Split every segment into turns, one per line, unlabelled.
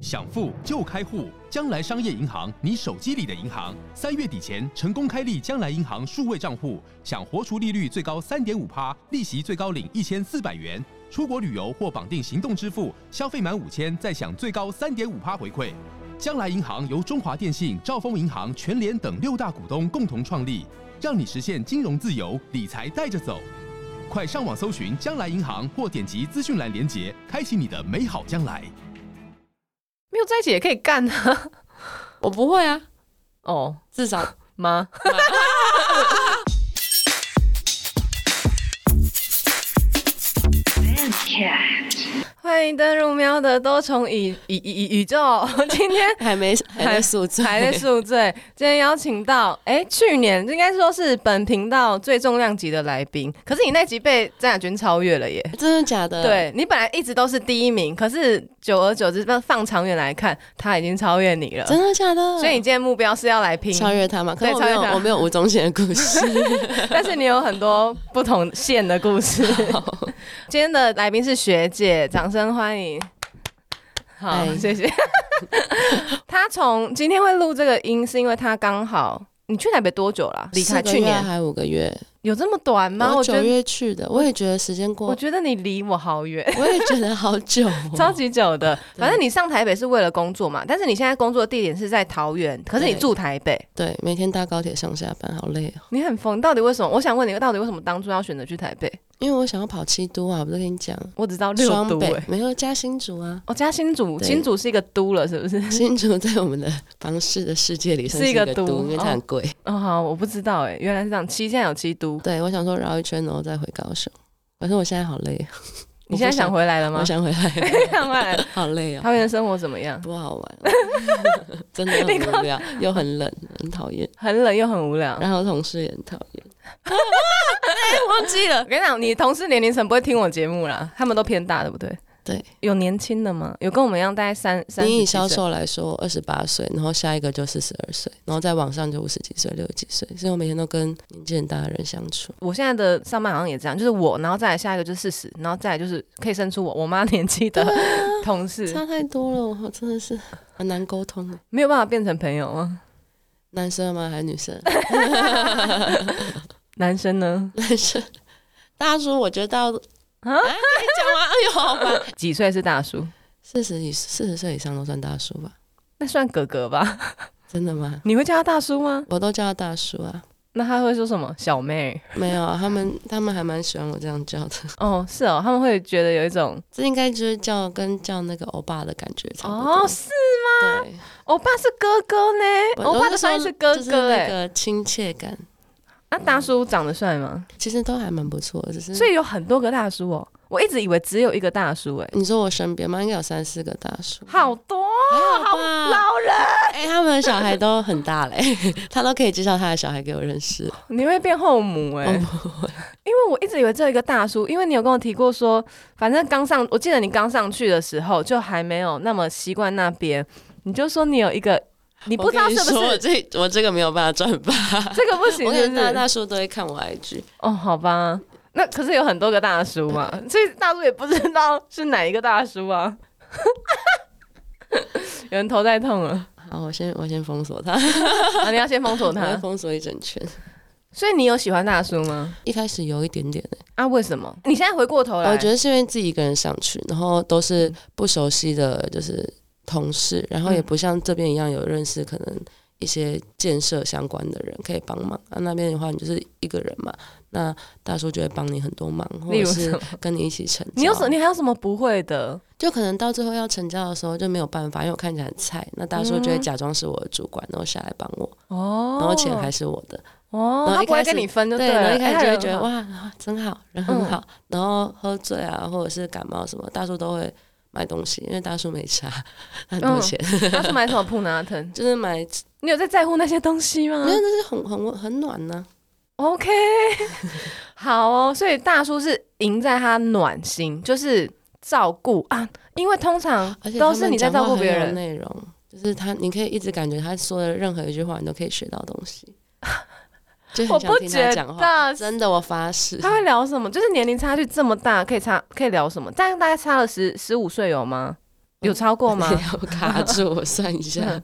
想付就开户，将来商业银行，你手机里的银行。三月底前成功开立将来银行数位账户，享活储利率最高三点五趴，利息最高领一千四百元。出国旅游或绑定行动支付，消费满五千再享最高三点五趴回馈。将来银行由中华电信、兆丰银行、全联等六大股东共同创立，让你实现金融自由，理财带着走。快上网搜寻将来银行，或点击资讯栏连结，开启你的美好将来。
没有在一起也可以干 啊。
我不会啊，
哦，
至少
妈，欢迎登入喵的多重宇宇宇宇宙。 今天
还没还在宿 醉，
还在宿醉，今天邀请到哎、去年应该说是本频道最重量级的来宾，可是你那集被张亚军超越了耶。
真的假的？，
对你本来一直都是第一名，可是久而久之，放放长远来看，他已经超越你了。
真的假的？
所以你今天目标是要来拼，
超越他嘛？可
对
是我没有
超越他
我没有吴宗宪的故事，
但是你有很多不同线的故事。今天的来宾是学姐，掌声欢迎。好，
哎
谢谢。 她从今天会录这个音，是因为她刚好你去台北多久 了？离啊开
四个
去
月
年
还五个月，
有这么短吗？我
我
觉
九
得
月去的，我也觉得时间
我
过，
觉得你离我好远，
我也觉得好久哦
超级久的。
对
反正你上台北是为了工作嘛，但是你现在工作的地点是在桃园，可是你
对
住台北，
对，每天搭高铁上下班，好累哦。
你很疯。到底为什么？我想问你，到底为什么当初要选择去台北？
因为我想要跑七都啊，我不是跟你讲，
我只知道六
双
都、
北
欸，，
没有加新竹啊
哦，加新竹，
对
新竹是一个都了，是不 是？
新竹在我们的房市的世界里算
是一
是
个
个
都
都，因为它很贵。
哦，好，我不知道哎，原来是这样。七现在有七都，
对，我想说绕一圈，然后再回高雄。可是我现在好累哦，
你现在想回来了吗
我？想回来了，
想回 来了，
好累哦。
桃园的生活怎么样？
不好 玩，真的很无聊，又很冷，很讨厌。
很冷又很无 聊。
然后同事也很讨厌，
忘记了，我跟你讲，你同事年龄层不会听我节目啦，他们都偏大，对不对？
对，
有年轻的吗？有跟我们一样大概三三十
你以
几
销
岁？
售来说，我二十八岁，然后下一个就四十二岁，然后再往上就五十几岁、六十几岁，所以我每天都跟年纪很大的人相处。
我现在的上班好像也这样，就是我，然后再来下一个就是四 十，然后再来就是可以生出我我妈年纪的同事，
啊差太多了，我真的是很难沟通的。
没有办法变成朋友吗？
男生吗？还是女生？
男生呢？
男生。大叔，我觉得到啊，可以讲吗？哎呦，好吧，
几岁是大叔？
四十以四十岁以上都算大叔吧？
那算哥哥吧？
真的吗？
你会叫他大叔吗？
我都叫他大叔啊。
那他会说什么？小妹？
没有啊，他们他们还蛮喜欢我这样叫的。
哦，是哦，他们会觉得有一种
这应该就是叫跟叫那个欧巴的感觉 差不多。
哦，是
对，
欧巴是哥哥呢，
我
哦欧巴
就
的
说
翻译是哥
就是
哥
那
哎。
个嗯亲切感，
那大叔长得帅吗？
其实都还蛮不错的。只是
所以有很多个大叔哦，我一直以为只有一个大叔哎，
你说我身边嘛，应该有三四个大叔，
好多啊
还 好
好
吧？
老欸人，
哎、他们的小孩都很大嘞， 他都可以介绍他的小孩给我认识。
你会变后母哎， 因为我一直以为只有一个大叔，因为你有跟我提过说，反正刚上，我记得你刚上去的时候就还没有那么习惯那边，你就说你有一个，你
你
不知道是
我跟你
不
说我
是
这我这个没有办法转发，
这个不行，
我
是
跟
不
大
是？
大叔都会看我 IG，
哦，好吧，那可是有很多个大叔 嘛，所以大叔也不知道是哪一个大叔啊。 有人头在痛 了，
好，我先我先封锁他，
啊、你要先封锁
我会
他。
封锁一整圈。
所以你有喜欢大叔吗？
一开始有一点点、
啊，为什么？你现在回过头来，
哦我觉得是因为自己一个人上去，然后都是不熟悉的，就是同事，然后也
嗯
不像这边一样有认识可能一些建设相关的人可以帮忙。啊，那边的话，你就是一个人嘛，那大叔就会帮你很多忙，或
例
者
如什
是
么
跟你一起成交。
你有什么？你还有什么不会的？
就可能到最后要成交的时候就没有办法，因为我看起来很菜，那大叔就会假装是我的主管，然后下来帮我，
嗯哦，
然后钱还是我的。
哦，
然后
他
一
不会
开始
跟你分就
对，
了。
然后一开始就会觉
哎很
得
好嗯
哇，啊真好，人很好。然后喝醉啊，或者是感冒什么，大叔都会买东西，因为大叔没差，他很
嗯
多钱，
他是哎买什么普拿疼？
就是买，因为
你有在在乎那些东西吗
那是很很很暖呢、
？OK，好哦。所以大叔是赢在他暖心，就是照顾啊，因为通常
而且
都
他
是
们
你在
讲
照
话
顾
很
别
有
人。
内容。就是他，你可以一直感觉他说的任何一句话，你都可以学到东西，就
我
很想
不
听
觉
他讲话。
得
真的，我发誓，
他会聊什么？就是年龄差距这么大，可以差可以聊什么？但大概差了十十五岁有吗？
嗯
有超 过吗？嗯
要卡住，我算 一下，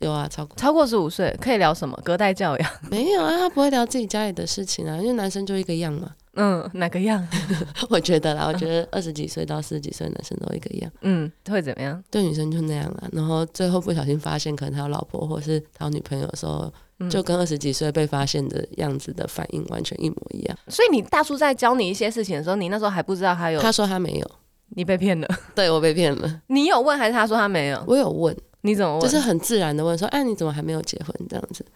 有啊，超过
超过十五岁可以聊什么？隔代教养？
没有啊？他不会聊自己家里的事情啊，因为男生就一个样嘛。
嗯，哪个样？
我觉得啦，我觉得二十几岁到四十几岁的男生都一个样，
嗯，会怎么样？
对女生就那样啊。然后最后不小心发现，可能他有老婆或是他有女朋友的时候，就跟二十几岁被发现的样子的反应完全一模一样。
所以你大叔在教你一些事情的时候，你那时候还不知道他有
他说他没有，
你被骗了，
对我被骗了。
你有问还是他说他没有？
我有问，
你怎么问？
就是很自然的问说：“哎，你怎么还没有结婚？”这样子。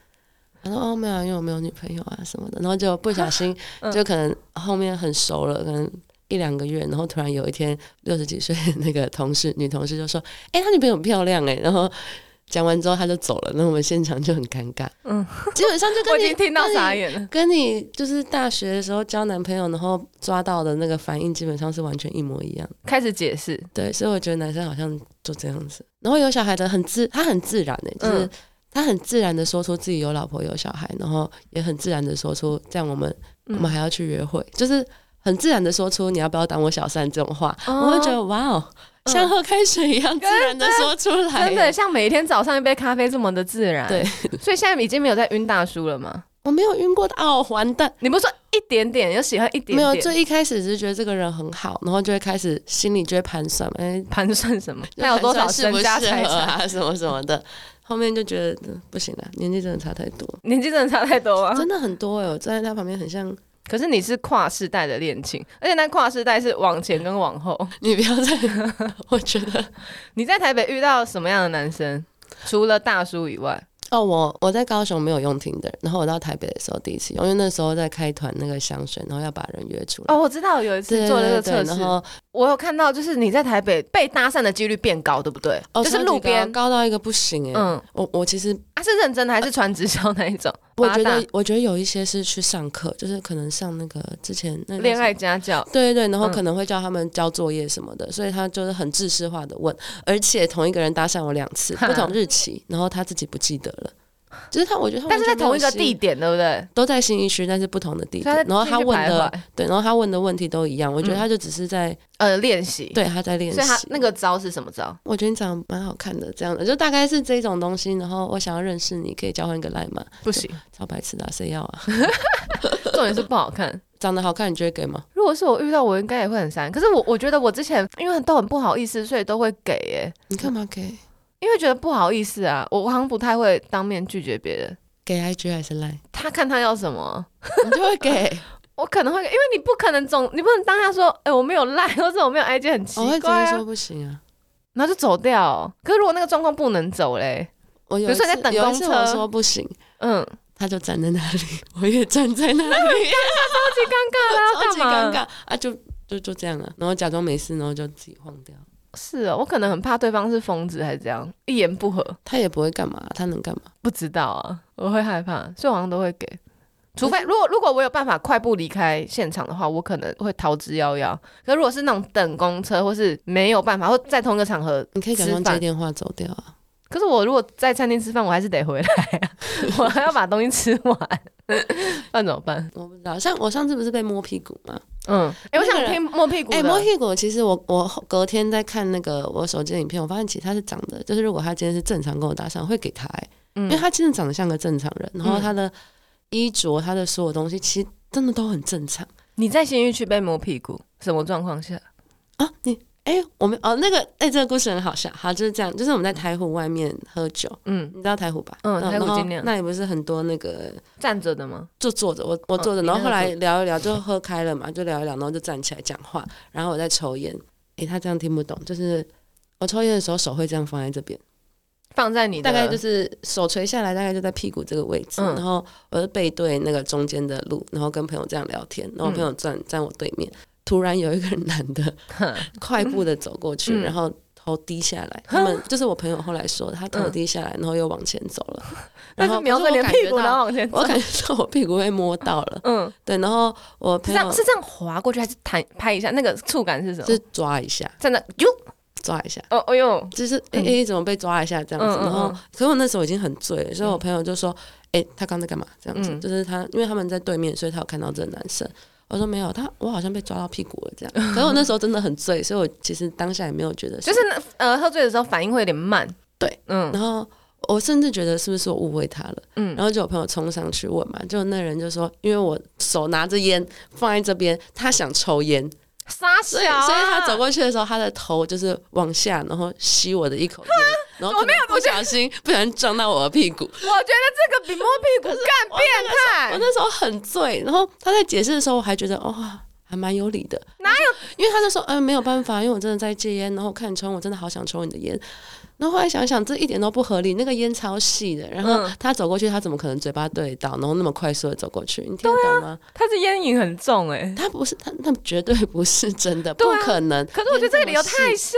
他说：“哦，没有啊，因为我没有女朋友啊什么的。”然后就不 小心，
嗯
就可能后面很熟了，可能一两个月，然后突然有一天，六十几岁的那个同事女同事就说：“哎、他女朋友很漂亮哎、然后。讲完之后他就走了，那我们现场就很尴尬。
嗯
嗯， 基本上就
我
跟
已
你
经听到
跟你
傻眼了。
跟你就是大学的时候交男朋友，然后抓到的那个反应基本上是完全一模一样。
开始解释，
对，所以我觉得男生好像就这样子。然后有小孩的很自，他很自然的、欸就是
嗯
他很自然的说出自己有老婆有小孩，然后也很自然的说出这样我们、
嗯
我们还要去约会，就是很自然的说出你要不要当我小三这种话，
哦嗯
我会觉得哇哦，像喝开水一样自然的说出来。 欸
真的像每一天早上一杯咖啡这么的自然。
对，
所以现在已经没有在晕大叔了吗？
我没有晕过的哦，完蛋。
你不是说一点点，有喜欢一点点，
没有，最一开始只是觉得这个人很好，然后就会开始心里就会盘算，哎，
盘算什 么？
就
他有多少
盘
身
算适不
家
适
财
合
产？
啊，什么什么的。后面就觉得嗯不行了，年纪真的差太多，
年纪真的差太多啊！
真的很多哎、我站在他旁边很像，
可是你是跨世代的恋情，而且那跨世代是往前跟往后。
你不要再， 我觉得
你在台北遇到什么样的男生？除了大叔以外，
哦，我我在高雄没有用听的，然后我到台北的时候第一次用，因为那时候在开团那个香水，然后要把人约出来。
哦，我知道有一
对
次做了这个
对
测
对
试
然，后
我有看到，就是你在台北被搭讪的几率变高，对不对？
哦，
就是
超级
路
高
边，
高到一个不行哎、
嗯，
我我其实
他、是认真的还是传直销那一种？
我
八
觉
大
得我觉得有一些是去上课，就是可能上那个之前那个
恋
什
爱家教，
对对对，然后
嗯
可能会叫他们交作业什么的，所以他就是很制式化的问，而且同一个人搭讪我两 次，
哈
不同日期，然后他自己不记得了。就是他，我觉得他
但是在
完全没
同
有
一个
吸
地点，对不对？
都在新一区，但是不同的地
所
点
以。在
然后他
进去
问
徘
的
徊
对，然后他问的问题都一样，我觉得
嗯
他就只是在、
呃练习，，
对他在练习。
所以他那个招是什么招？
我觉得你长得蛮好看的，这样的就大概是这种东西。然后我想要认识你，可以交换一个赖吗？
不行，
超白痴的啊、谁要啊？
重点是不好看。
长得好看，你就会给吗？
如果是我遇到，我应该也会很伤。可是我我觉得我之前因为都很不好意思，所以都会给耶、
你干嘛给？
因为觉得不好意思啊，我我好像不太会当面拒绝别人。
给 IG 还是 赖？
他看他要什么，
你就会给。
我可能会，因为你不可能总你不能当下说，哎、我没有赖，或者我没有 IG，很奇
我会直
怪
接
啊
说，不行啊。
然后就走掉、可是如果那个状况不能走嘞，
我有
比
一
如说
次
你在等
有
公
一次
车
我说不行，
嗯，
他就站在那里，我也站在那里，
超级尴尬啦，
超
要
级
干嘛？
尴尬啊！就就就这样啊，然后假装没事，然后就自己晃掉。
是哦，我可能很怕对方是疯子还是这样，一言不合
他也不会干嘛，他能干嘛？
不知道啊，我会害怕，所以我好像都会给。除非如果如果我有办法快步离开现场的话，我可能会逃之夭夭。可如果是那种等公车或是没有办法，或在同一个场合，
你可以假装接电话走掉啊。
可是我如果在餐厅吃饭，我还是得回来啊， 我还要把东西吃完，那怎么办？
我不知道，像我上次不是被摸屁股吗？
嗯，哎、我
那个
想
人
听摸屁股
哎、
的，
摸屁股，其实我我隔天在看那个我手机的影片，我发现其实他是长得，就是如果他今天是正常跟我搭讪，我会给他、欸，
嗯
因为他真的长得像个正常人，然后
嗯
他的衣着、他的所有东西，其实真的都很正常。
你在新域区被摸屁股，什么状况下？
啊，你哎、我们哦，那个哎、这个故事很好笑。好，就是这样，就是我们在台湖外面喝酒，
嗯，
你知道台湖吧？
嗯
然后
台湖
然后
尽量
那里不是很多那个
站着的吗？
就坐着，我我坐着，
哦你
然
那
后
个
后来
坐
聊一聊，就喝开了嘛，就聊一聊，然后就站起来讲话，然后我在抽烟。哎、他这样听不懂，就是我抽烟的时候手会这样放在这边，
放在你的
大概 就是手垂下来，大概就在屁股这个位置，
嗯
然后我就背对那个中间的路，然后跟朋友这样聊天，然后
嗯
我朋友站、站我对面，突然有一个男的。
哼
快步的走过去，
嗯
然后头低下来。他们就是我朋友后来说，他头低下来，然后又往前走 了。
但
然
是
后
瞄着你的屁股，然后，往前
可是我
走。
感觉到我感觉到我屁股被摸到 了。
嗯，
对，然后我
是
朋
这样
友
是这样滑过去，还是弹拍一下？那个触感是什
是
么？
抓一下，
在那哟，
抓一下。
哦哦哟，
就是哎、
嗯
诶怎么被抓一下这样子，
嗯嗯
然后
嗯
可是我那时候已经很醉了，所以我朋友就说，哎、他刚在干嘛？这样子，
嗯
就是他，因为他们在对面，所以他有看到这个男生。我说没有，他我好像被抓到屁股了 这样。可是我那时候真的很醉，所以我其实当下也没有觉得什
就
么，
是那呃喝醉的时候反应会有点慢。
对，
嗯
然后我甚至觉得是不是我误会他了，
嗯
然后就有朋友冲上去问嘛，就那人就说，因为我手拿着烟放在这边，他想抽烟，
傻
所
小
以、
啊，
所以他走过去的时候，他的头就是往下，然后吸我的一口烟，然后
我没有
可能
我
不
觉
小心不小心撞到我的屁股，
我觉得这个比摸屁股更变
我
态，
那时候很醉，然后他在解释的时候，我还觉得哇、还蛮有理的，
哪有
因为他就说，嗯、没有办法，因为我真的在戒烟，然后看你抽，我真的好想抽你的烟。然后后来想想，这一点都不合理，那个烟超细的，然后
嗯
他走过去，他怎么可能嘴巴对到，然后那么快速的走过去？你
啊
听得懂吗？
他是烟瘾很重哎、
他不是，他那绝对不是真的，不
对啊
可能。
可是我觉得这个理由
烟
太
么细
瞎，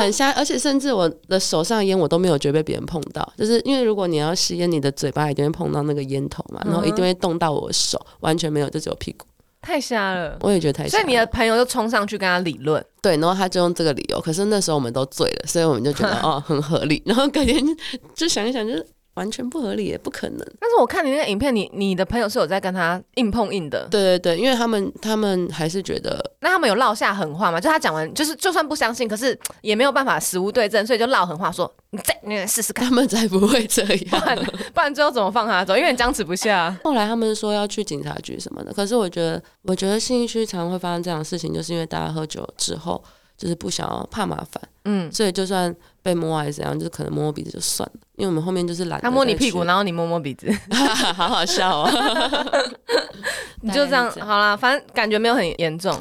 很瞎，而且甚至我的手上的烟我都没有觉得被别人碰到，就是因为如果你要吸烟，你的嘴巴一定会碰到那个烟头嘛，
嗯
然后一定会动到我的手，完全没有，就只有屁股。
太瞎了。
我也觉得太瞎
所
了，
以你的朋友就冲上去跟他理论，
对，然后他就用这个理由，可是那时候我们都醉了，所以我们就觉得 哦很合理，然后隔天就想一想，就是完全不合理，也不可能。啊
但是我看你那个影片，你你的朋友是有在跟他硬碰硬的，
对对对，因为他们他们还是觉得
那他们有落下狠话吗？就他讲完，就是就算不相信，可是嘖也没有办法实无对证，所以就落狠话说你再你来试试看，
他们才不会这
不
样。
然不然最后怎么放他走？因为你僵持不下。
后来他们说要去警察局什么的，可是我觉得，我觉得信义区常会发生这样的事情，就是因为大家喝酒之后，就是不想要怕麻烦，
嗯，
所以就算被摸还是怎样，就是可能摸摸鼻子就算了，因为我们后面就是懒得再去。
他摸你屁股，然后你摸摸鼻子，
好好笑 哦。
你就这样
大概是这样
好啦，反正感觉没有很严重。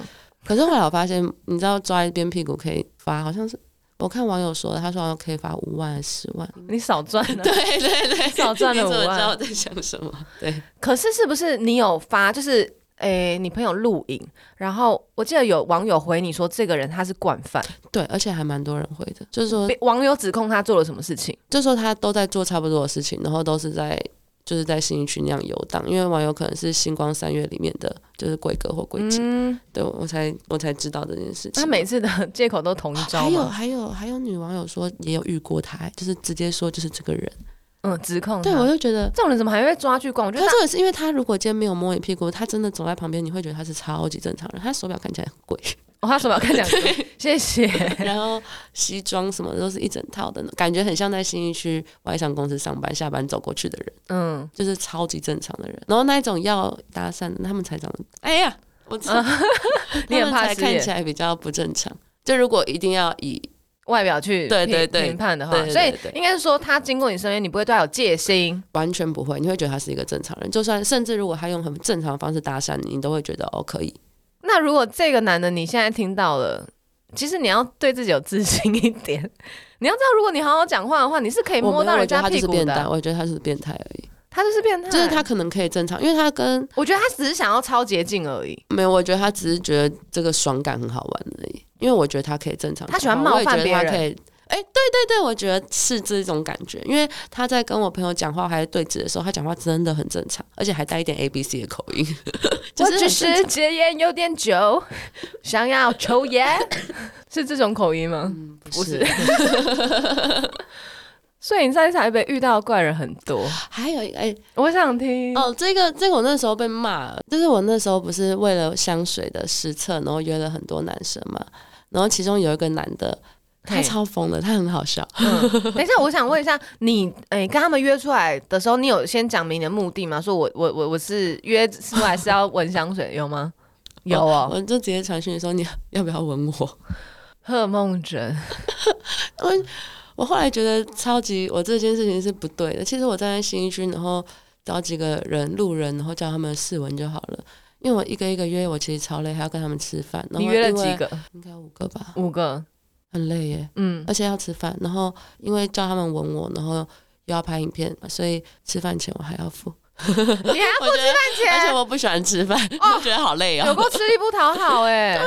可是后来我发现，你知道抓一边屁股可以罚，好像是我看网友说的，他说好像可以罚五万、十万。
你少赚啊了。
对对对，
少赚了
你怎么
5万
知道我在想什么？对，
可是是不是你有发？就是诶、你朋友录影，然后我记得有网友回你说，这个人他是惯犯，
对，而且还蛮多人会的，就是说
被网友指控他做了什么事情？
就说他都在做差不多的事情，然后都是在就是在新一区那样游荡，因为网友可能是星光三月里面的就是贵哥或贵姐，
嗯，
对我才我才知道这件事情。啊
他每次的借口都同一招
还有
嘛，
还有还有女网友说也有遇过他，就是直接说就是这个人，
嗯，指控他
对我就觉得。
这种人怎么还会被抓去关？我觉
可
得
是
他
这个是因为他如果今天没有摸你屁股，他真的走在旁边，你会觉得他是超级正常人。他手表看起来很 贵，
哦，他手表看两个，谢谢。
然后西装什么的都是一整套的，感觉很像在新一区外商公司上班、下班走过去的人。
嗯，
就是超级正常的人。然后那一种要搭讪的，他们才长得，哎呀，我知道，
你很
他们
怕
才
失
看
言
起来比较不正常。就如果一定要以
外表去
对对
评
对
评判的话
对，对
所以
对对
应该是说他经过你身边，你不会对他有戒心。
完全不会，你会觉得他是一个正常人。就算甚至如果他用很正常的方式搭讪你，你都会觉得哦可以。
那如果这个男的你现在听到了，其实你要对自己有自信一点。你要知道，如果你好好讲话的话，你是可以
我
哎摸
没有
到
我
人
觉
家
得他就
屁
是
股
变
的
态，
啊。
我觉得他就是变态而已。
他就是变态，
就是他，可能可以正常，因为他跟
我觉得他只是想要超捷径而已。
没有，我觉得他只是觉得这个爽感很好玩而已。因为我觉得他可以正常讲话，
他喜欢冒犯
我也
别
觉
人
得他可以。哎、对对对，我觉得是这种感觉，因为他在跟我朋友讲话还是对峙的时候，他讲话真的很正常，而且还带一点 A B C 的口音， 就
我
是
只
很正
是
常
戒烟有点 久，想要抽烟，是这种口音吗？
不
不。所以你在台北遇到的怪人很多，
还有一个哎、
我想听。
哦，这个这个我那时候被骂，就是我那时候不是为了香水的实测，然后约了很多男生嘛，然后其中有一个男的，他
嘿
超疯的，他很好笑，
嗯等一下，我想问一下，你诶、跟他们约出来的时候，你有先讲明你的目的吗？说我我我我是约出来是要闻香水，有吗？有哦，
我就直接传讯说你 要不要吻我？
荷尔蒙疹，
我我后来觉得超级，我这件事情是不对的。其实我站在新一区，然后找几个人路人，然后叫他们试闻就好了。因为我一个一个约，我其实超累，还要跟他们吃饭。然
你
后
约了
因为
几？个？
应该五个吧，
五个，
很累耶，
嗯，
而且要吃饭。然后因为叫他们吻我，然后又要拍影片，所以吃饭钱我还要付。
你还要
我觉得，
付
而且
哦钱，
我不喜欢吃饭，我觉得好累
有
哦。
够吃力不讨好哎、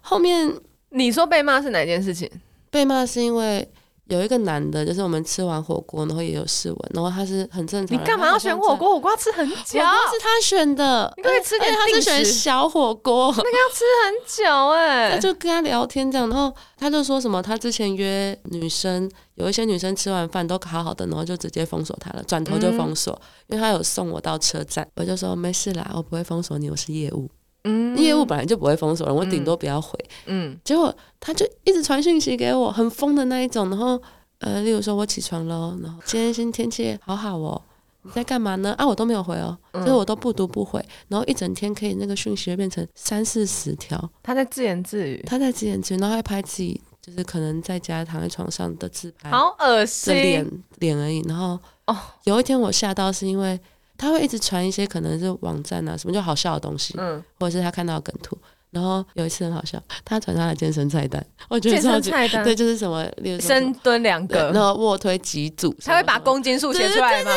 后面
你说被骂是哪件事情？
被骂是因为有一个男的，就是我们吃完火锅，然后也有试闻，然后他是很正常
你
人。
干嘛
他
要
好像
选火
在
锅？火锅要吃很久，
火锅是他选的，
你可不可以吃
而
点
且他
定
是选
时，
小火锅，
那个要吃很久哎、
他就跟他聊天这样，然后他就说什么，他之前约女生，有一些女生吃完饭都好好的，然后就直接封锁他了，转
嗯
头就封锁，因为他有送我到车站，我就说没事啦，我不会封锁你，我是业务。
嗯
业务本来就不会封锁人，我顶多不要回。
嗯
结果他就一直传讯息给我，很疯的那一种。然后呃，例如说我起床喽，然后今天新天气好好哦，你在干嘛呢？啊，我都没有回哦，
嗯
所以我都不读不回。然后一整天可以那个讯息就变成三四十条，
他在自言自语，
他在几点几，然后还拍自己就是可能在家躺在床上的自拍，
好恶
是
心
脸脸而已。然后
哦
有一天我吓到是因为。他会一直传一些可能是网站啊什么就好笑的东西，
嗯，
或者是他看到的梗图。然后有一次很好笑，他传他的健身菜单， 我觉得
健
超
身
级
菜单
对，就是什么，例如说什
深
么
蹲两
对然
个，
后卧推几组，
他会
什么
把
什么
公斤数写出来吗？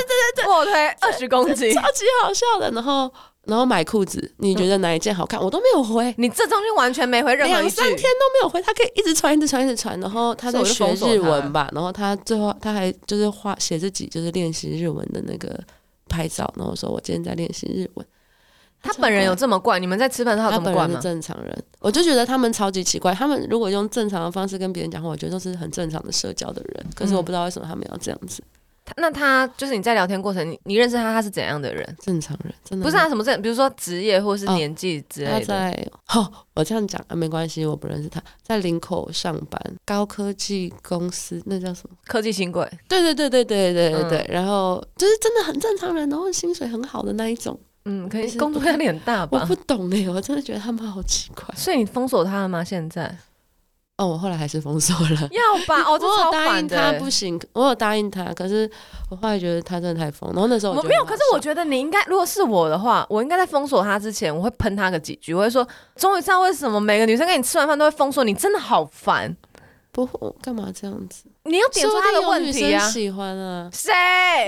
卧推二十公斤，
超级好笑的。然后然后买裤子，你觉得哪一件好看？我都没有 回，
你这中间完全没回任何
两
一
三
句
天都，没有回，他可以一直传，一直传，一直传。然后他
所以
在
我就
学
封锁
日
他
文吧，然后他最后他还就是画写自己就是练习日文的那个拍照，然后说我今天在练习日文。
他本人有这么怪？你们在吃饭的时候有
他
这么
本
怪
人是
吗？
正常人，我就觉得他们超级奇怪。他们如果用正常的方式跟别人讲话，我觉得都是很正常的社交的人。可
嗯
是我不知道为什么他们要这样子。
他那他就是你在聊天过程，你你认识他，他是怎样的人？
正常人真的
不是啊他什么证，比如说职业或是年纪之
他
类的。
在哦，我这样讲啊，没关系，我不认识他，在林口上班，高科技公司，那叫什么？
科技新贵，
对对对对对对对对。然后就是真的很正常人，然后薪水很好的那一种。
嗯，可
就是是
工作压力很大
我
吧
不？懂哎、我真的觉得他们好奇怪。
所以你封锁他了吗？现在
哦，我后来还是封锁了。
要吧？哦，这
我
超
有答
烦
应
的
他
欸。
不行，我有答应他，可是我后来觉得他真的太疯。然后那时候
我
觉得
没有，
很好
可是我
笑
觉得你应该，如果是我的话，我应该在封锁他之前，我会喷他个几句，我会说，终于知道为什么每个女生跟你吃完饭都会封锁你，真的好烦。
不会干嘛这样子，
你要点出
说不
他
定
的
有
问
女
题
生
啊，
喜欢啊，
谁？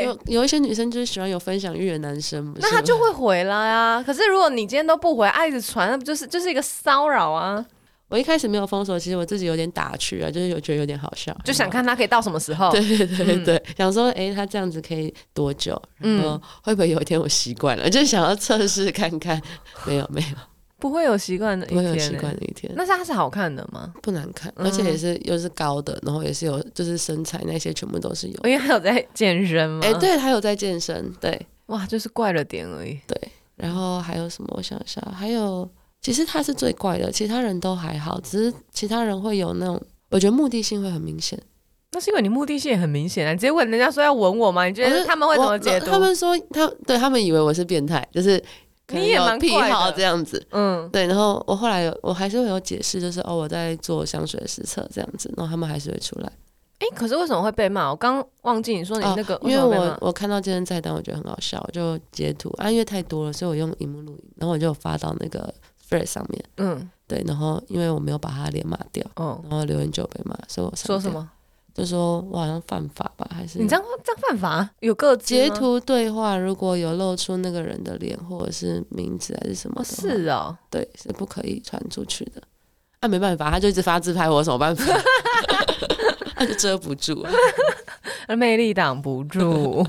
有有一些女生就是喜欢有分享欲的男生，不是
那他
吗
就会回来啊。可是如果你今天都不回，爱一直传，那不就是就是一个骚扰啊？
我一开始没有封锁，其实我自己有点打趣啊，就是有觉得有点好笑，
就想
然后。
看他可以到什么时候。 嗯
对对对对，想说，哎、他这样子可以多久？然后会不会有一天我习惯了？就 想要测试看看。 没有没有，
不会有习惯的一
不会
天、
有
欸。
习惯的一天。
那是他是好看的吗？
不难看，
嗯
而且也是又是高的，然后也是有就是身材那些全部都是有。
因为他有在健身嘛。
哎、，对他有在健身，对
哇，就是怪了点而已。
对。然后还有什么？我想一下，还有其实他是最怪的，其他人都还好，只是其他人会有那种。我觉得目的性会很明显，
那是因为你目的性也很明显啊！你直接问人家说要吻我吗？你觉
我
得
哦是
他们会怎
我
么解读？
他们说他对他们以为我是变态，就是可能
你也
有
蛮
癖
怪的
好这样子。
嗯，
对，然后我后来有我还是会有解释，就是哦我在做香水实测这样子，然后他们还是会出来。
哎、可是为什么会被骂？我刚忘记你说你那个，
哦因为
什么被
我
骂
我看到健身菜单，我觉得很好笑，我就截图啊，因为太多了，所以我用荧幕录影，然后我就发到那个 f r e d 上面。
嗯
对，然后因为我没有把他脸码掉，
哦
然后留言就有被骂，所以我删
说什
掉？
么？
就说我好像犯法吧，还是
你这样这样犯法？有个
截图对话如果有露出那个人的脸或者是名字还是什么的话，
是哦，
对，是不可以传出去的。啊，没办法，他就一直发自拍，我有什么办法？ 他就遮不住、 啊。
魅力挡不 住，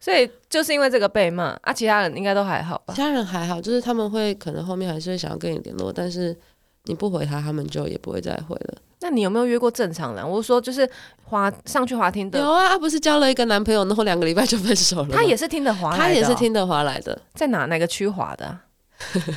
所以就是因为这个被骂啊，其他人应该都还好吧
其？他人还好，就是他们会可能后面还是会想要跟你联络，但是你不回他，他们就也不会再回了。
那你有没有约过正常人？我是说就是滑上去滑听的
有，啊，他不是交了一个男朋友，然后两个礼拜就分手了吗。
他也是听得滑来的哦、
他也是听得华来啊的，
在哪哪个区划的、 啊？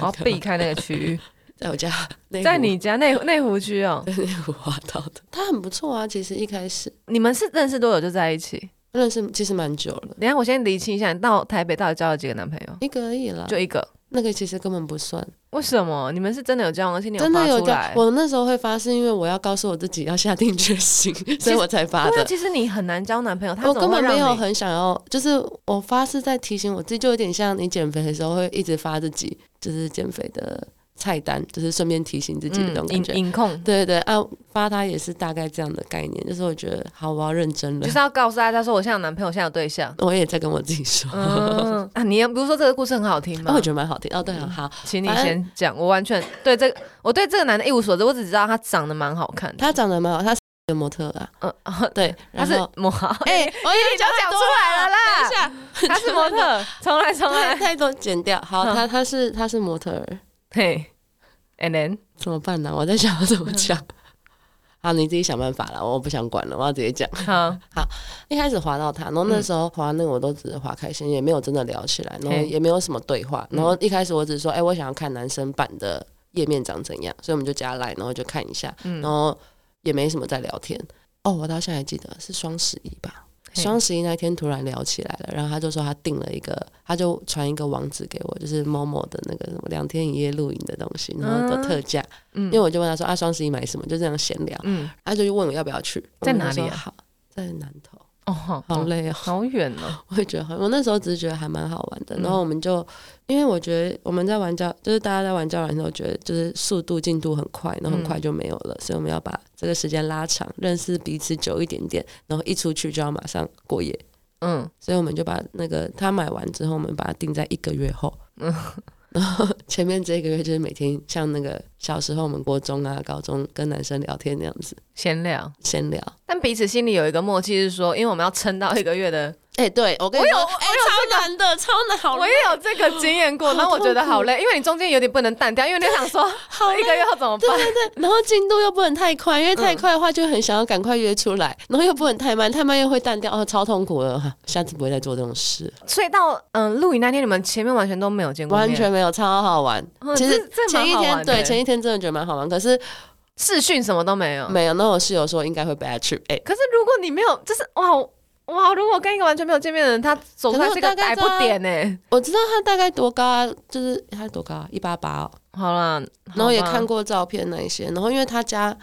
我要避开那个区域，
在 我家内湖
在你家内内湖区哦。
在内湖滑到的，他很不错啊。其实一开始
你们是认识多久就在一起？
认识其实蛮久了，
等一下我先厘清一下，你到台北到底交了几个男朋友？
一个而已啦。
就一个。
那个其实根本不算，
为什么？你们是真的有交往，而且你
真的
发
有
出
交
来。。
我那时候会发，是因为我要告诉我自己要下定决心， 所以我才发
对啊，
的。
其实你很难交男朋友，他
我
怎么
根
会
本
让
没有
你
很想要，就是我发是在提醒我自己，就有点像你减肥的时候会一直发自己就是减肥的菜单，就是顺便提醒自己的那种
嗯
感觉。
隐隐控，
对对对啊，发它也是大概这样的概念，就是我觉得好，我要认真了。
就。是要告诉大家说我现在有男朋友，现在有对象
我也在跟我自己说，
嗯啊，你也不是说这个故事很好嗯听吗？嗯
那、我觉得蛮好听哦。对啊，好，
请你
反正
先讲，我完全对这个，我对这个男的一无所知，我只知道他长得蛮好看的。
他长得蛮好，他是一个模特啊，
嗯， 啊
对，
他
然
是
后
模特，
哎，我也
你就讲出来了啦。
等一下，
他是模特，重来重
太，
来。
太多剪掉。好，
嗯
他他是他是模特儿。
嘿，and then 嗯
怎么办呢、我在想要怎么讲。好，你自己想办法啦，我不想管了，我要直接讲。
好，
一开始滑到他，然
嗯
后那时候滑那个我都只是滑开心，也没有真的聊起来，然后
嘿嗯
也没有什么对话。然后一开始我只是说，哎、我想要看男生版的页面长怎样，所以我们就加 line，然后就看一下，
嗯
然后也没什么在聊天。哦，我到现在还记得是双十一吧。
嘿
双十一那天突然聊起来了，然后他就说他订了一个，他就传一个网址给我，就是某某的那个什么两天一夜露营的东西，然后有特价，
嗯
因为我就问他说啊双十一买什么，就这样闲聊，
嗯，
他就问我要不要去，
在
我就
哪里啊
说好，在南头，
哦，好
好
好
累哦，
好远哦，
我也觉得好，我那时候只是觉得还蛮好玩的。
嗯
然后我们就，因为我觉得我们在玩交，就是大家在玩交友软件都觉得就是速度进度很快，然
嗯
后很快就没有了，所以我们要把这个时间拉长，认识彼此久一点点，然后一出去就要马上过夜。
嗯，
所以我们就把那个他买完之后，我们把它定在一个 月后。然后前面这一个月就是每天像那个小时候我们国中啊、高中跟男生聊天那样子
闲聊。
闲聊。
但彼此心里有一个默契，是说，因为我们要撑到一个月的，
哎、对我跟你
我有
说，
我有
哎、超难的，超难，好
我也有这个经验过，
好
然后我觉得
痛苦
好累，因为你中间有点不能淡掉，因为你想 说，
好累
一个月后怎么办？
然后进度又不能太快，因为太快的话就很想要赶快约出
嗯
来，然后又不能太慢，太慢又会淡掉，哦，超痛苦了，哈下次不会再做这种事，
所以到嗯露营那天，你们前面完全都没有见过面，
完全没有，超好玩。
嗯
其实
这这
前
蛮
一
好玩
天
的嗯
对前一天真的觉得蛮好玩，可是
视讯什么都没有。
没有。那我室友说应该会被他去，哎、
可是如果你没有，就是哇哇，如果跟一个完全没有见面的人，他走出来是一
可是
个
我大
逮
概
不点欸呢、
我知道他大概多高啊，就是他多高、啊，一八八哦，
好啦，
然后也
好吧
看，过照片那一些，然后因为他家，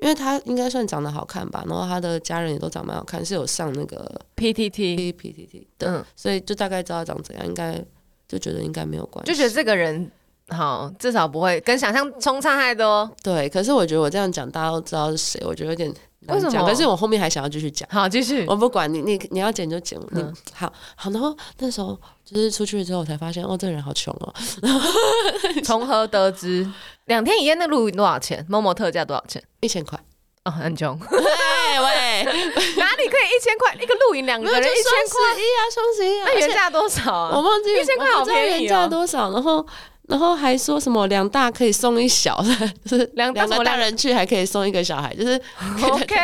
因为他应该算长得好看吧，然后他的家人也都长蛮好看，是有上那个
PTT，
P P T T 的，
嗯，
所以就大概知道长怎样，应该就觉得应该没有关系，
就觉得这个人好，至少不会跟想象冲差太多。
对。可是我觉得我这样讲，大家都知道是谁，我觉得有点难
为什么
讲可是我后面还想要继续讲，
好，继续。
我不管你，你你要剪就剪，你、
嗯
好好。然后那时候就是出去之后，我才发现哦，这个人好穷哦，
从何得知？ 两天一夜那露营多少钱？某某特价多少钱？
一千块。
哦，很 穷，
哎喂，
哪里可以一千块？一个露营两个
没有
人
就
一千
双
块，
十一啊，双十一啊，
那
而且
原价多少啊？
我忘记
1000块
我
好
不知道
便宜哦
原价多少，然后。然后还说什么两大可以送一小的，就是
两大
两
什么两
个大人去还可以送一个小孩，就是
OK，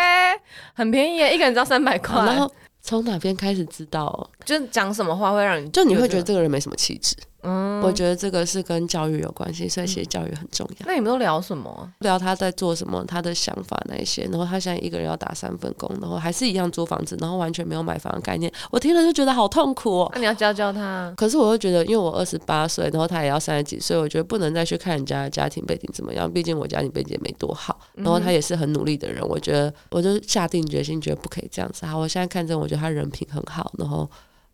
很便宜耶，一个人只要三百块。
好然后从哪边开始知道、哦？
就是讲什么话会让你
就你会觉得
得，
这个人没什么气质。
嗯
我觉得这个是跟教育有关系，所以其实教育很重要。
那你们都聊什么？
聊他在做什么，他的想法那一些，然后他现在一个人要打三份工，然后还是一样租房子，然后完全没有买房的概念，我听了就觉得好痛苦哦。
那、你要教教他。
可是我又觉得，因为我二十八岁，然后他也要三十几岁，我觉得不能再去看人家的家庭背景怎么样，毕竟我家庭背景也没多好。
嗯
然后他也是很努力的人，我觉得我就下定决心，觉得不可以这样子。好，我现在看着，我觉得他人品很好，然后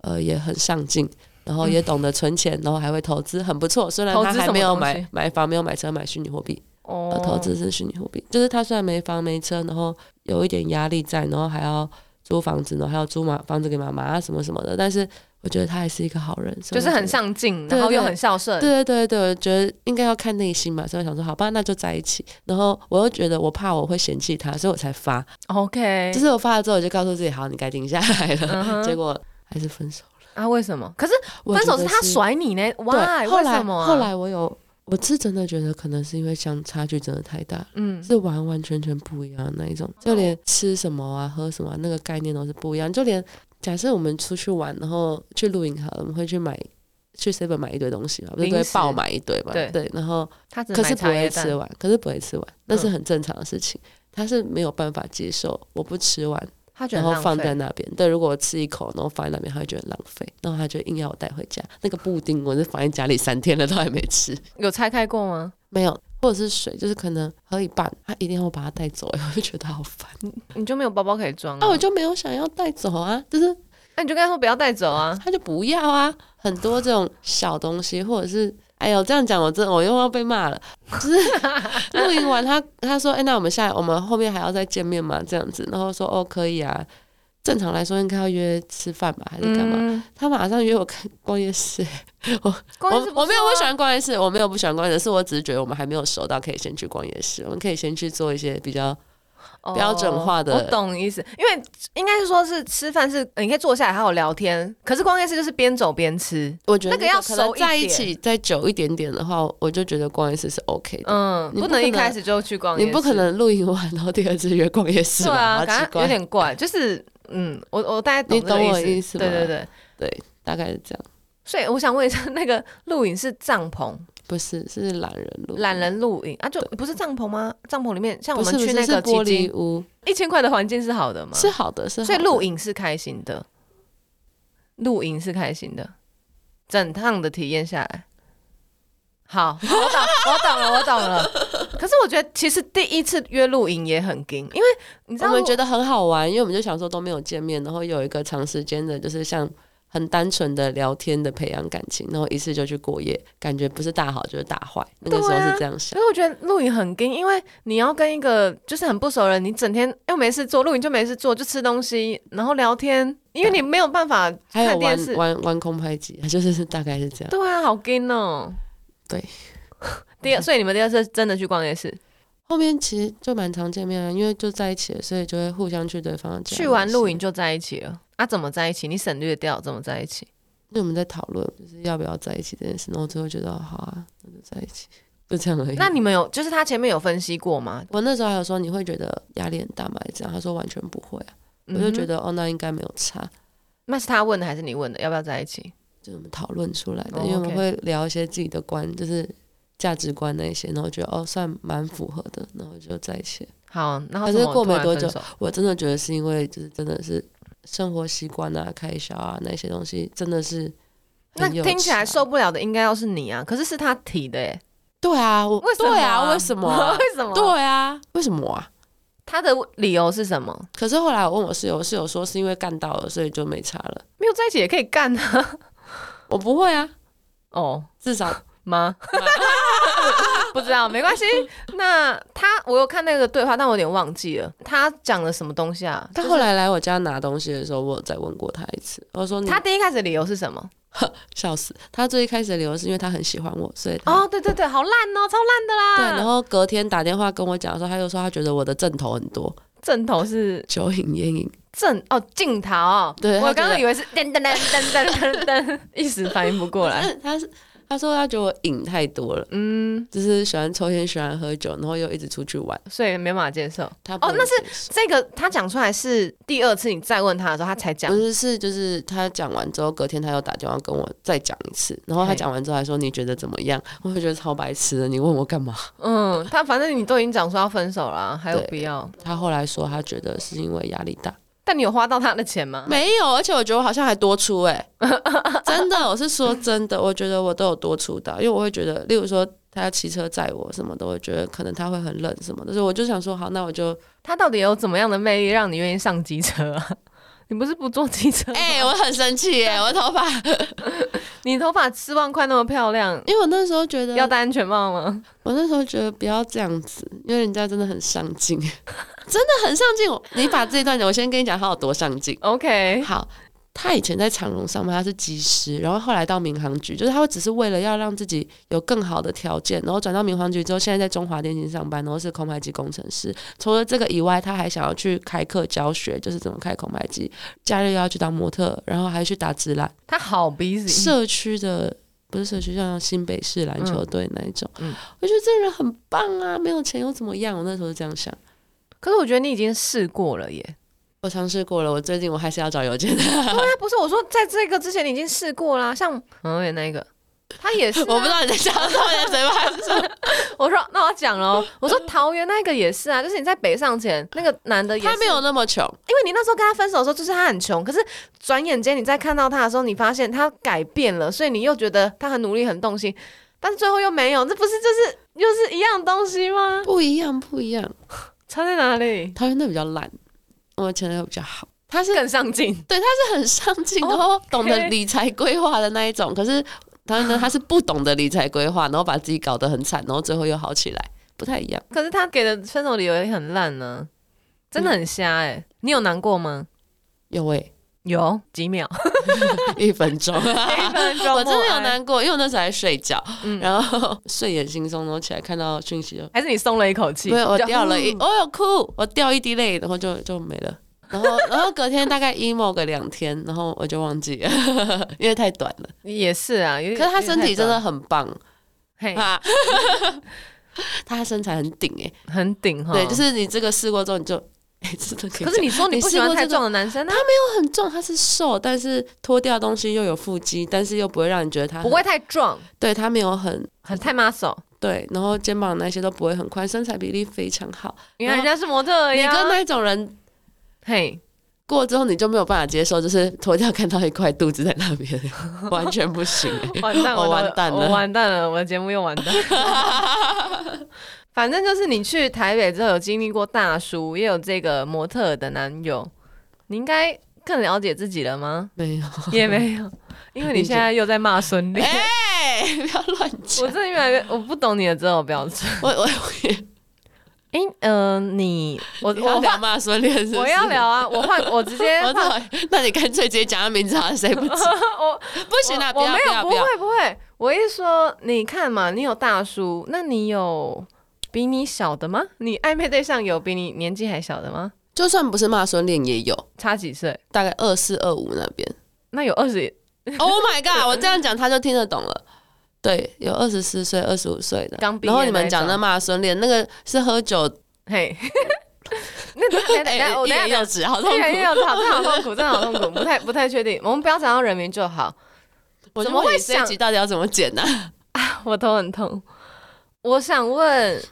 呃也很上进，然后也懂得存钱，然后还会投资，很不错。虽然
投资
他还
什么
没有
东西
买买房，没有买车，买虚拟货币，
哦
呃，投资是虚拟货币，就是他虽然没房没车，然后有一点压力在，然后还要租房子，然后还要租妈房子给妈妈啊什么什么的，但是我觉得他还是一个好人，所
就
以
是
我觉
很
得。
上进，
对
然后又
对
很孝顺。
对对对对，我觉得应该要看内心嘛，所以我想说，好吧，那就在一起。然后我又觉得我怕我会嫌弃他，所以我才发。
OK，
就是我发了之后，我就告诉自己，好，你该定下来了。
哎嗯哼
结果还是分手了。
啊，为什么？可是
我
分手是
觉得
他甩你呢？Why？
对，后
为
来
什么啊？
后来我有，我是真的觉得可能是因为相差距真的太大了。
嗯，
是完完全全不一样的那一种，就
哦
连吃什么啊、喝什么、啊、那个概念都是不一样。就连假设我们出去玩，然后去露营好了，我们会去买去 seven 买一堆东西嘛，不是
零
都会
食
爆买一堆嘛？
对
对，然后
他只
可
买
是不
茶叶
会
蛋嗯
吃完，可是不会吃完，那是很正常的事情。他是没有办法接受我不吃完，
他觉
然
得
后
很
放
浪费
在那边。对，如果我吃一口，然后放在那边，他会觉得浪费，然后他就硬要我带回家。那个布丁，我是放在家里三天了，都还没吃。
有拆开过吗？
没有，或者是水，就是可能喝一半，他一定会把它带走，哎我就觉得好烦。
你就没有包包可以装、啊？
哦那、我就没有想要带走啊，就是
那你就跟他说不要带走啊。
他就不要啊，很多这种小东西，或者是哎呦这样讲，我真的我又要被骂了。就是 露营完他，他说哎、那我们下来，我们后面还要再见面吗？这样子，然后说哦可以啊。正常来说应该要约吃饭吧，还是干嘛？
嗯，
他马上约我看逛夜市。
关键是
我我没有
不
不
是
喜
啊
欢逛夜市，我没有不喜欢逛夜市，我只是觉得我们还没有熟到可以先去逛夜市，我们可以先去做一些比较标准化的
哦我懂意思，因为应该是说是吃饭是呃你可以坐下来好好聊天，可是关键是就是边走边吃，
我觉得
那个要
可能
熟一
在一
点
起再久一点点的话，我就觉得逛夜市是 OK 的。
嗯，
你
不
不
能一
可能
开始就去嗯逛夜
你
市，
不可能露营完，然后第二次 约逛夜市
对
吧？
啊，
好
感
奇
觉有
怪，
点怪，就是嗯，我我大概懂
你
这
懂
个
我
意
意思
对
吧
对对，
对，大概是这样。
所以我想问一下，那个露营是帐篷，
不是，是懒人露，
懒人露营啊，就不是帐篷吗？帐篷里面像我
不
们
是
去
不是
那
是
个
玻
基
璃
金
屋，
一千块的环境是好的吗？
是，好的，是好的
所以露营是开心的，露营是开心的，整趟的体验下来。好，我懂，我懂了，我懂了。可是我觉得，其实第一次约露营也很惊，因为你知
我
道
们觉
得
得很好玩，因为我们就想说都没有见面，然后有一个长时间的，就是像很单纯的聊天的培养感情，然后一次就去过夜，感觉不是大好就是大坏，那个时候
啊
是这样
所。
想
以我觉得露营很惊，因为你要跟一个就是很不熟的人，你整天又没事做，露营就没事做，就吃东西，然后聊天，因为你没有办法
还有
看电
玩
视。
玩玩空拍机，就是是大概是这样。
对啊，好 gay 哦。
对，
第二，所以你们第二次真的去逛夜市，
后面其实就蛮常见面啊，因为就在一起了，所以就会互相去对方的家。
去完露营，就在一起了。啊，怎么在一起？你省略掉怎么在一起？
那我们在讨论就是要不要在一起这件事，然后最后觉得哦好啊，那就在一起，就这样而已。
那你们有就是他前面有分析过吗？
我那时候还有说你会觉得压力很大吗？这样他说完全不会啊，我就
嗯哼
觉得哦那应该没有差。
嗯那是他问的还是你问的？要不要在一起？
就是我们讨论出来的，
哦
因为我们
OK
会聊一些自己的观，就是价值观那一些，然后觉得哦，算蛮符合的，然后就在一起。
好，然后
可是
怎么
过
突然
没多久
分手，
我真的觉得是因为就是真的是生活习惯啊、开销啊那些东西，真的是
那
很有
听起来
差
受不了的应该要是你啊，可是是他提的哎，
对啊，我
为什么、？
对啊，为什么 啊
为什么？，
对啊，为什么啊？
他的理由是什么？
可是后来我问我室友，室友说是因为干到了，所以就没差了。
没有在一起也可以干啊？
我不会啊，
哦
至少
吗？ 不知道，没关系。 那他，我有看那个对话，但我有点忘记了，他讲了什么东西啊？
他后来来我家拿东西的时候，我有再问过他一次，我说你
他第一开始的理由是什
嗯
么？
笑死，他最一开始的理由是因为他很喜欢我，所以他、
哦，对对对，好烂哦，超烂的啦。
对，然后隔天打电话跟我讲的时候，他又说他觉得我的正头很多，
正头是
酒瘾烟瘾，
正哦，镜头哦。
对
我
他觉得
刚刚以为是噔噔噔噔噔噔噔，一时反应不过 来。
但哎他是他说他觉得我瘾太多了，
嗯，
就是喜欢抽烟，喜欢喝酒，然后又一直出去玩，
所以没办法接受。
他
哦那是
是。
这个他讲出来是第二次，你再问他的时候，他才讲
不。是，是就是他讲完之后，隔天他又打电话跟我再讲一次，然后他
嘿
讲完之后还说你觉得怎么样？我就觉得超白痴的，你问我干嘛？
嗯，他反正你都已经讲说要分手了，还有
对
必要？
他后来说他觉得是因为压力大，
但你有花到他的钱吗？
没有，而且我觉得我好像还多出哎、 真的，我是说真的，我觉得我都有多出到，因为我会觉得，例如说他要骑车载我什么的，我觉得可能他会很冷什么的，所以我就想说，好，那我就
他到底有怎么样的魅力让你愿意上机车 啊？你不是不坐机 车？
哎、我很生气哎、我头发，
你头发四万块那么漂亮，
因为我那时候觉得，
要戴安全帽吗？
我那时候觉得不要这样子，因为人家真的很上进，真的很上进。我你把这一段讲，我先跟你讲他有多上进。
OK，
好，他以前在长荣上班，他是技师，然后后来到民航局，就是他会只是为了要让自己有更好的条件，然后转到民航局之后，现在在中华电信上班，然后是空拍机工程师。除了这个以外，他还想要去开课教学，就是怎么开空拍机，假日又要去当模特，然后还去打直篮，
他好 busy，
社区的。不是社区，像新北市篮球队那一种，
嗯嗯
我觉得这个人很棒啊，没有钱又怎么样？我那时候是这样想。
可是我觉得你已经试过了耶。
我尝试过了，我最近我还是要找邮件的，
对啊，不是我说，在这个之前你已经试过啦，像彭远那一个，他也是啊、
我不知道你在想什么，你的 嘴巴是什么。
我说那我讲喽，我说桃园那个也是啊，就是你在北上前那个男的也是，
他没有那么穷，
因为你那时候跟他分手的时候，就是他很穷，可是转眼间你再看到他的时候，你发现他改变了，所以你又觉得他很努力、很动心，但是最后又没有，这不是就是又是一样东西吗？
不一样，不一样。
差在哪里？
桃园的比较懒，我前男友比 较好，
他是更上进，
对，他是很上进，然
哦
后懂得理财规划的那一种。可是桃园呢，他是不懂得理财规划，然后把自己搞得很惨，然后最后又好起来，不太一样。
可是他给的分嗯欸手理由也很烂呢、真的很瞎哎、你有难过吗？
有诶、
有几秒，
一分钟，
一分钟，
我真的有，难过，因为我那时候还睡觉，
嗯
然后睡眼惺忪，然后起来看到讯息就，
还是你松了一口气，
对我
就
掉了一，
嗯
我有哭，我掉一滴泪，然后就就没了。然后，然后隔天大概 emo 个两天，然后我就忘记了， 因为太短了。
也是啊，可
可是他身体真的很棒
嘿
啊， 他身材很顶哎、
很顶哈，
对，就。是你这个试过之后你就， 哎、真的可以
哦可是你说你
你
不
试
喜欢
过
太
这个
壮的男生啊，
讲很重，他是瘦，但是脱掉东西又有腹肌，但是又不会让你觉得他
不会，太壮，
对他没有很
很太 muscle，
对，然后肩膀那些都不会很宽，身材比例非常好。
因为人家是模特
你
呀。
跟那种人
嘿，
过之后，你就没有办法接受，就是脱掉看到一块肚子在那边， 完全不行、欸。
完蛋，
我
的
完蛋了？
我完蛋了，我的节目又完蛋。反正就是你去台北之后，有经历过大叔，也有这个模特的男友，你应该更了解自己了吗
没有，
也没有，因为你现在又在骂孙俪。
哎、不要乱
我
讲。
真的越来越我不懂你的择偶标准。
我我我也，
哎、呃，你我
你要
我
聊
换
骂孙恋是不是
我要聊。啊，我换我直接
我
换
操！那你干脆直接讲他名字啊，谁不 知？
我
不行啊！不
我我
要
没
不
有
要
不
不要！
会不会，我一说你看嘛，你有大叔，那你有比你小的吗？你暧昧对象有比你年纪还小的吗？
就算不是骂孙恋，也有
差几岁？
大概二四二五那边。
那有二十
Oh my god！我这样讲他就听得懂了。对，有二十四岁、二十五岁的，
刚毕业
然后你们
那
讲
一
那
种
骂孙恋，那个是喝酒，
嘿。 那等下等
哎、
下，我
一
等
言
下
又止，好痛
越来越
苦。
好，真的好痛苦，真的好痛苦，不太不太确定。我们不要讲到人名就好。
我就
怎么会
问你这一集到底要怎么剪呢、啊
我头很痛。我想问，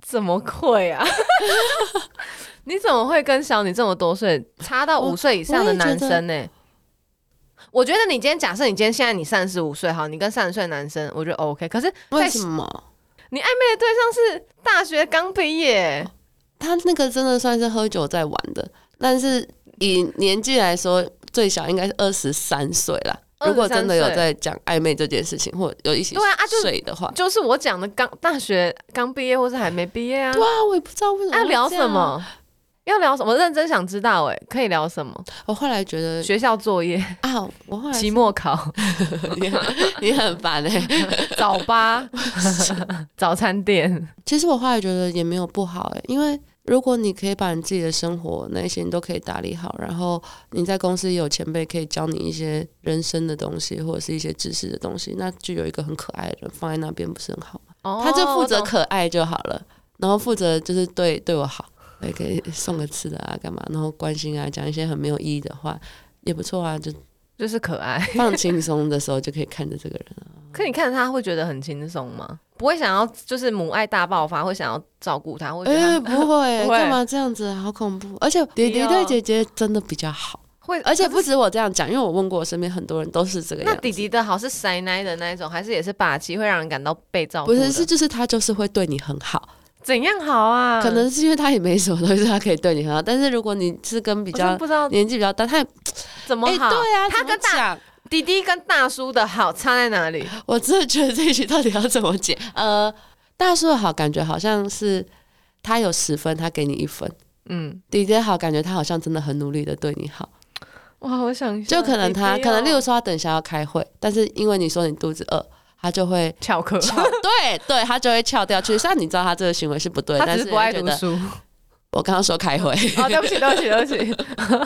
怎么会啊？ 你怎么会跟小你这么多岁，差到
我
五岁以上的男
我也
生呢、我觉得你今天假设你今天现在你三十五岁，好，你跟三十岁男生，我觉得 OK。可是
为什么？
你暧昧的对象是大学刚毕业，
他那个真的算是喝酒在玩的，但是以年纪来说，最小应该是二十三岁啦。
23
如果真的有
岁
在讲暧昧这件事情，或有一起
对啊啊就
睡的话，
就是我讲的刚大学刚毕业或是还没毕业啊
对。啊，我也不知道为什么、
要聊什？么？
啊
要聊什么？我认真想知道、欸，哎，可以聊什么？
我后来觉得
学校作业、
啊，我后来
期末考。
你很 你很烦哎、
早吧，早餐店，
其实我后来觉得也没有不好哎、因为如果你可以把你自己的生活那些你都可以打理好，然后你在公司也有前辈可以教你一些人生的东西或者是一些知识的东西，那就有一个很可爱的人放在那边不是很好吗？
哦
他就负
我
责
懂
可爱就好了，然后负责就是对对我好，我也可以送个吃的啊，干嘛，然后关心啊，讲一些很没有意义的话。也不错啊，就
就是可爱。
放轻松的时候就可以看着这个人啊。
可你看他会觉得很轻松吗？不会想要就是母爱大爆发，会想要照顾他，会觉
哎、
得他
不会，
不会
干嘛这样子？好恐怖！而且弟弟对姐姐真的比较好。
会，
而且
可
不
是
止我这样讲，因为我问过我身边很多人都是这个样
那
子。
弟弟的好是塞奶的那一种，还是也是霸气，会让人感到被照顾
不
的？
是是就是他就是会对你很好，
怎样好啊？
可能是因为他也没什么东西，他可以对你很好。但是如果你是跟比
我真的
较
不知道
年纪比较大，他也
怎么
哎、
好。
对啊，
他
怎么
跟大
讲，
弟弟跟大叔的好差在哪里？
我真的觉得这一局到底要怎么解？呃，大叔的好感觉好像是他有十分，他给你一分。
嗯，
弟弟的好，感觉他好像真的很努力的对你好，
哇，我想一下
就可能他、
弟弟哦
可能，例如说他等一下要开会，但是因为你说你肚子饿，他就会
翘课，
翘， 对对，他就会翘掉去。虽然你知道他这个行为是不对，
他
但
只
是
是不爱
你就
读
觉得
书。
我刚刚说开 会，
哦，对不起，对不起，对不起。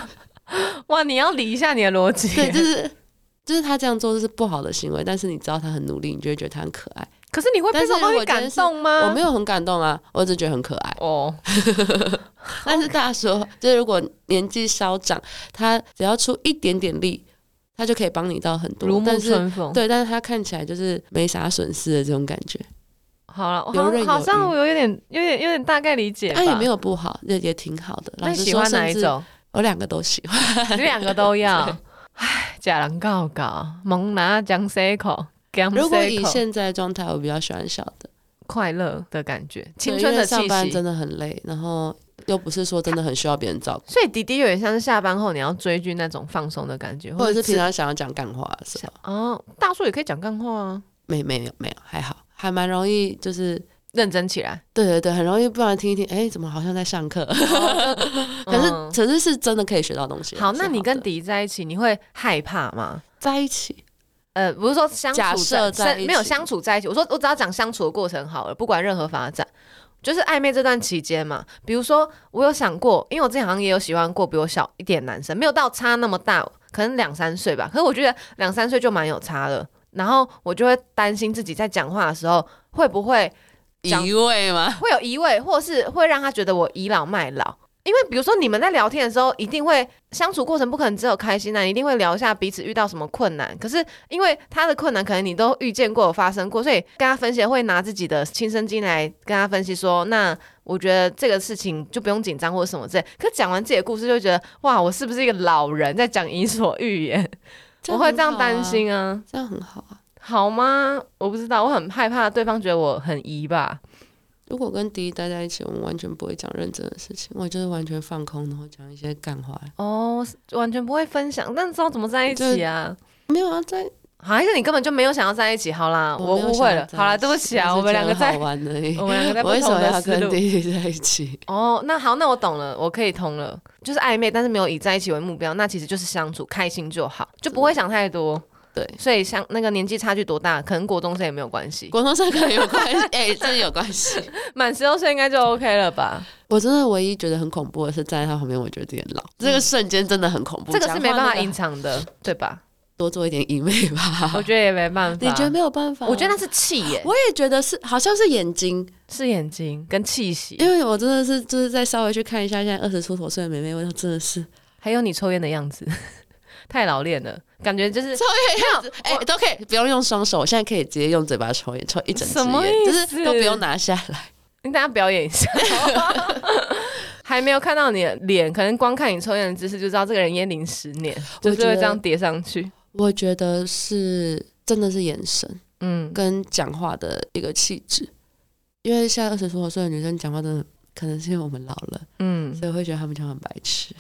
哇，你要理一下你的逻辑。
对，就是 就是他这样做是不好的行为，但是你知道他很努力，你就会觉得他很可爱。
可是你会被这种东西感动吗？
我没有很感动啊，我只觉得很可爱。
嗯哦，
但是大家说，就是如果年纪稍长，他只要出一点点力，他就可以帮你到很
如
多。
沐
但是
春风。
对，但是他看起来就是没啥损失的这种感觉，
好了，我
游
好
刃有
像
余
好像我有点、有点、有点大概理解吧。
但也没
有。
有不好，也也挺好的。
那
老
你
实
喜
说，
欢哪
甚
一
至
种？
我两个都喜欢。
你两个都 要。唉，假人告告，蒙拿江西口，江
如果
西
以
口，
现在的状态，我比较喜欢小的。
快乐的感觉，青
对
春
因为
的气
上班
息
真。的很累，然后又不是说真的很需要别人照顾，
所以迪迪有点像是下班后你要追剧那种放松的感觉，
或者是
吃
平常想要讲干话的时候，
哦，大叔也可以讲干话啊。
没没有没有还好，还蛮容易就是
认真起来。
对对对，很容易，不然听一听，哎，怎么好像在上课？ 可是、
哦嗯
可是是真的可以学到东西。
好，
是
那你跟
的
迪在一起，你会害怕吗？
在一起，
呃，不是说相处
嗯假设在一起
没有相处在一起，我说我只要讲相处的过程好了，不管任何发展，就是暧昧这段期间嘛。比如说，我有想过，因为我之前好像也有喜欢过比我小一点男生，没有到差那么大，可能两三岁吧。可是我觉得两三岁就蛮有差了，然后我就会担心自己在讲话的时候会不会讲
一位吗？
会有疑位，或是会让他觉得我倚老卖老。因为比如说你们在聊天的时候，一定会相处过程不可能只有开心啊，一定会聊一下彼此遇到什么困难。可是因为他的困难可能你都遇见过、有发生过，所以跟他分析会拿自己的亲身经历来跟他分析说，那我觉得这个事情就不用紧张或者什么之类。可讲完自己的故事，就觉得哇，我是不是一个老人在讲伊索寓言？我会这样担心啊，
这样很好啊，这样很好啊。
好吗？我不知道，我很害怕对方觉得我很疑吧。
如果跟迪待在一起，我们完全不会讲认真的事情，我就是完全放空，然后讲一些干话。
哦，完全不会分享，那知道怎么在一起啊？
没有啊，在
还是你根本就没有想要在一起？好啦，我
没有
误
想
会
要
了。
在一
好啦，
起
对不起啊，
只是
我们两个
觉得
在
好，玩而已。
我们两个在
我
不
为什
同
么
的
要
思
跟
路。
弟弟在一起？
哦，那好，那我懂了，我可以通了，就是暧昧，但是没有以在一起为目标，那其实就是相处开心就好，就不会想太多。
对
所以像那个年纪差距多大，可能 国中生也没有关 系，
国中生可能有关 系，哎、真的有关系。
满十六岁应该就 OK 了吧？
我真的唯一觉得很恐怖的是站在他旁边，我觉得自己很老，这个瞬间真的很恐
嗯
怖。
这个是没办法
讲话那
隐
个
藏的，对 吧？
多做一点医美吧
我。觉得也没办法。
你觉得？没有办法？
我觉得那是气耶，
我也觉得是，好像是眼睛，
是眼睛跟气息，
因为我真的是就是再稍微去看一下现在二十出头岁的妹妹，我真的是
还有你抽烟的样子， 太老练了，感觉就是
抽烟样子，哎、都可以不用用双手，我现在可以直接用嘴巴抽烟，抽一整支
什么
烟
意
就
思
是都不用拿下来。
你等下表演一 下。还没有看到你的脸，可能光看你抽烟的姿势就知道这个人烟龄十年，就
我
是会
觉得
这样叠上去。
我觉得是真的是眼神
嗯，
跟讲话的一个气质，因为现在二十出头岁的女生讲话真的，可能是因为我们老了，
嗯，
所以会觉得她们讲话很白痴。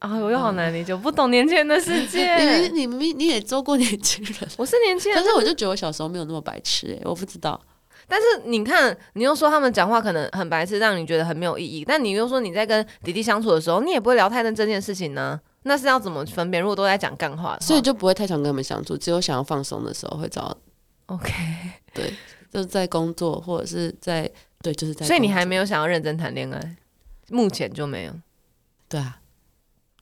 啊，我又好难理解，我不懂年轻人的世 界。
你明明你也做过年轻人，
啊我是年轻人
但，是我就觉得我小时候没有那么白痴哎、我不知道。
但是你看，你又说他们讲话可能很白痴，让你觉得很没有意义。但你又说你在跟弟弟相处的时候，你也不会聊太认真这件事情呢、那是要怎么分辨？如果都在讲干话的话，
所以就不会太常跟他们相处，只有想要放松的时候会找，
OK。
就是在工作或者是在对，就是在工作。
所以你还没有想要认真谈恋爱，目前就没有。
对啊？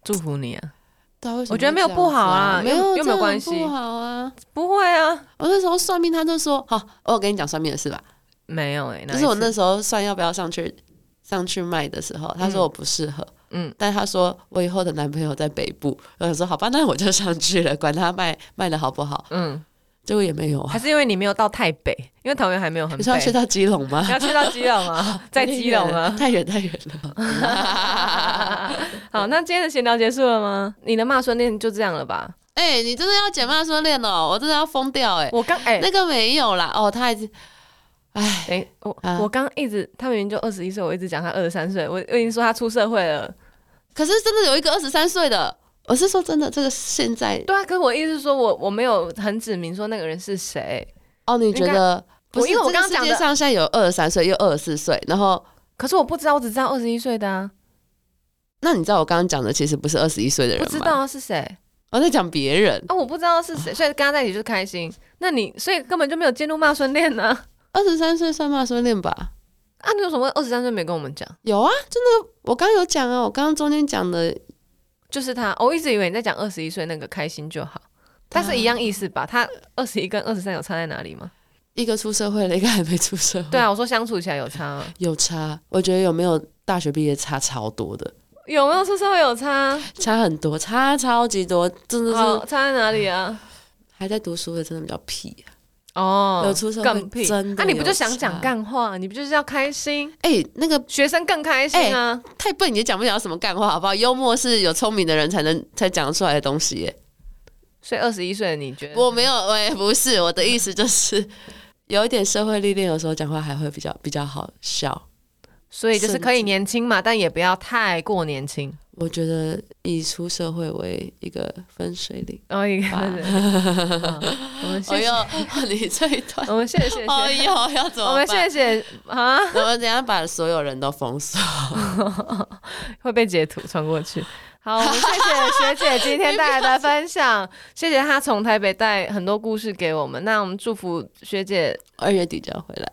祝福你啊！
对啊，为什么
我觉得没有
会这样
不
子
好啊
没有
又又没有关系
真的很不好啊。
不会啊，
我那时候算命，他就说好，我有跟你讲算命的事吧，
没有哎、欸，
就是我
哪
那
一次
时候算要不要上去上去卖的时候，他说我不适合，
嗯，
但他说我以后的男朋友在北部，我想说好吧，那我就上去了，管他卖卖的好不好，
嗯，
结果也没有啊
还。是因为你没有到太北，因为桃园还没有很
你
北。
是要去到基隆吗？
要去到基隆 吗？在基隆啊吗？
太远太远了。
好，那今天的闲聊结束了吗？你的骂孙恋就这样了吧？
哎、你真的要减骂说练哦，我真的要疯掉哎、
我刚哎，
那个没有啦，哦，他还是，哎，
等一我
啊
我刚一直，他明明就二十一岁，我一直讲他二十三岁，我我已经说他出社会了。
可是真的有一个二十三岁的，我是说真的，这个现在
对啊，可是我意思是说我我没有很指明说那个人是谁。
哦，你觉得
我
不是？
因为我
这个
刚刚讲
世
的
界上现在有二十三岁又二十四岁，然后
可是我不知道，我只知道二十一岁的啊，
那你知道我刚刚讲的其实不是二十一岁的人
不
吗？
知道啊是谁。
我在讲别人，
啊，我不知道是谁，所以跟他在一起就是开心。那你所以根本就没有进入骂孙恋呢？
二十三岁算骂说练吧？
啊，你为什么二十三岁没跟我们讲？
有啊，真的，我刚刚有讲啊，我刚刚中间讲的
就是他，哦我一直以为你在讲二十一岁那个开心就好，但是一样意思吧？他二十一跟二十三有差在哪里吗？
一个出社会了，一个还没出社会，
对啊，我说相处起来有差啊，
有差，我觉得有没有大学毕业差超多的，
有没有出社会有差？
差很多，差超级多，真的
好，
是
差在哪里啊？
还在读书的真的比较屁、
哦，
有出社
更
会
屁，
真的
那、
有差。
你不就想讲干话？你不就是要开心？
哎、那个
学生更开心啊！
太笨，你也讲不了什么干话，好不好？幽默是有聪明的人才能才讲得出来的东西耶。
所以二十一岁的你觉得？
我没有，我也不是，我的意思就是有一点社会历练，有时候讲话还会比较比较好笑。
所以就是可以
甚至
年轻嘛，但也不要太过年轻。
我觉得以出社会为一个分水岭。
哦，一个
吧
对对对好我们谢
哎
谢
呦，， 你这一段，
我们谢谢谢
哎
谢，
呦，要怎
我
么
们谢
办？
谢啊，
我们等一下把所有人都封锁。
会被截图传过去。好，我们谢 谢学姐今天带来的分享，谢谢她从台北带很多故事给我们。那我们祝福学姐，
二月底就要回来，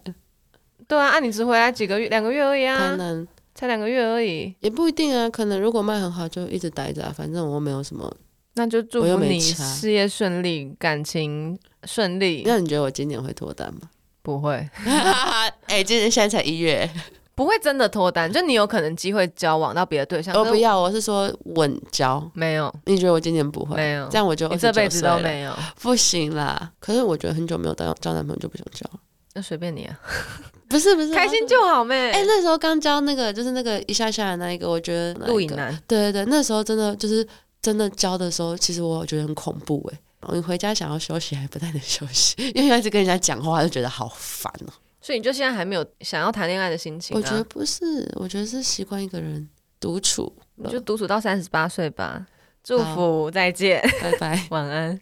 对啊，啊你只回来几个月，两个月而已
可
啊，
能
才两个月而已，
也不一定啊，可能如果卖很好就一直待着啊，反正我又没有什么。
那就祝
我又
福
没
你
差
事业顺利，感情顺利。
那你觉得我今年会脱单吗？
不会，
哎、今年现在才一月，
不会真的脱单，就你有可能机会交往到别的对象，
我
可是
哦不要，我是说稳交。
没有，
你觉得我今年不会？
没有
这样我就
你这
29
辈子都
岁了
没有，
不行啦。可是我觉得很久没有当交男朋友就不想交，
那随便你啊，
不是不是，啊
开心就好妹。
哎、那时候刚交那个就是那个一下下的那一个，我觉得那一个
录影，男，
对对对，那时候真的就是真的交的时候，其实我觉得很恐怖哎、我回家想要休息，还不太能休息，因为要一直跟人家讲话，就觉得好烦哦、
所以你就现在还没有想要谈恋爱的心情啊？
我觉得不是，我觉得是习惯一个人独处
你
了
就独处到三十八岁吧。祝福，再见，
拜拜。
晚安。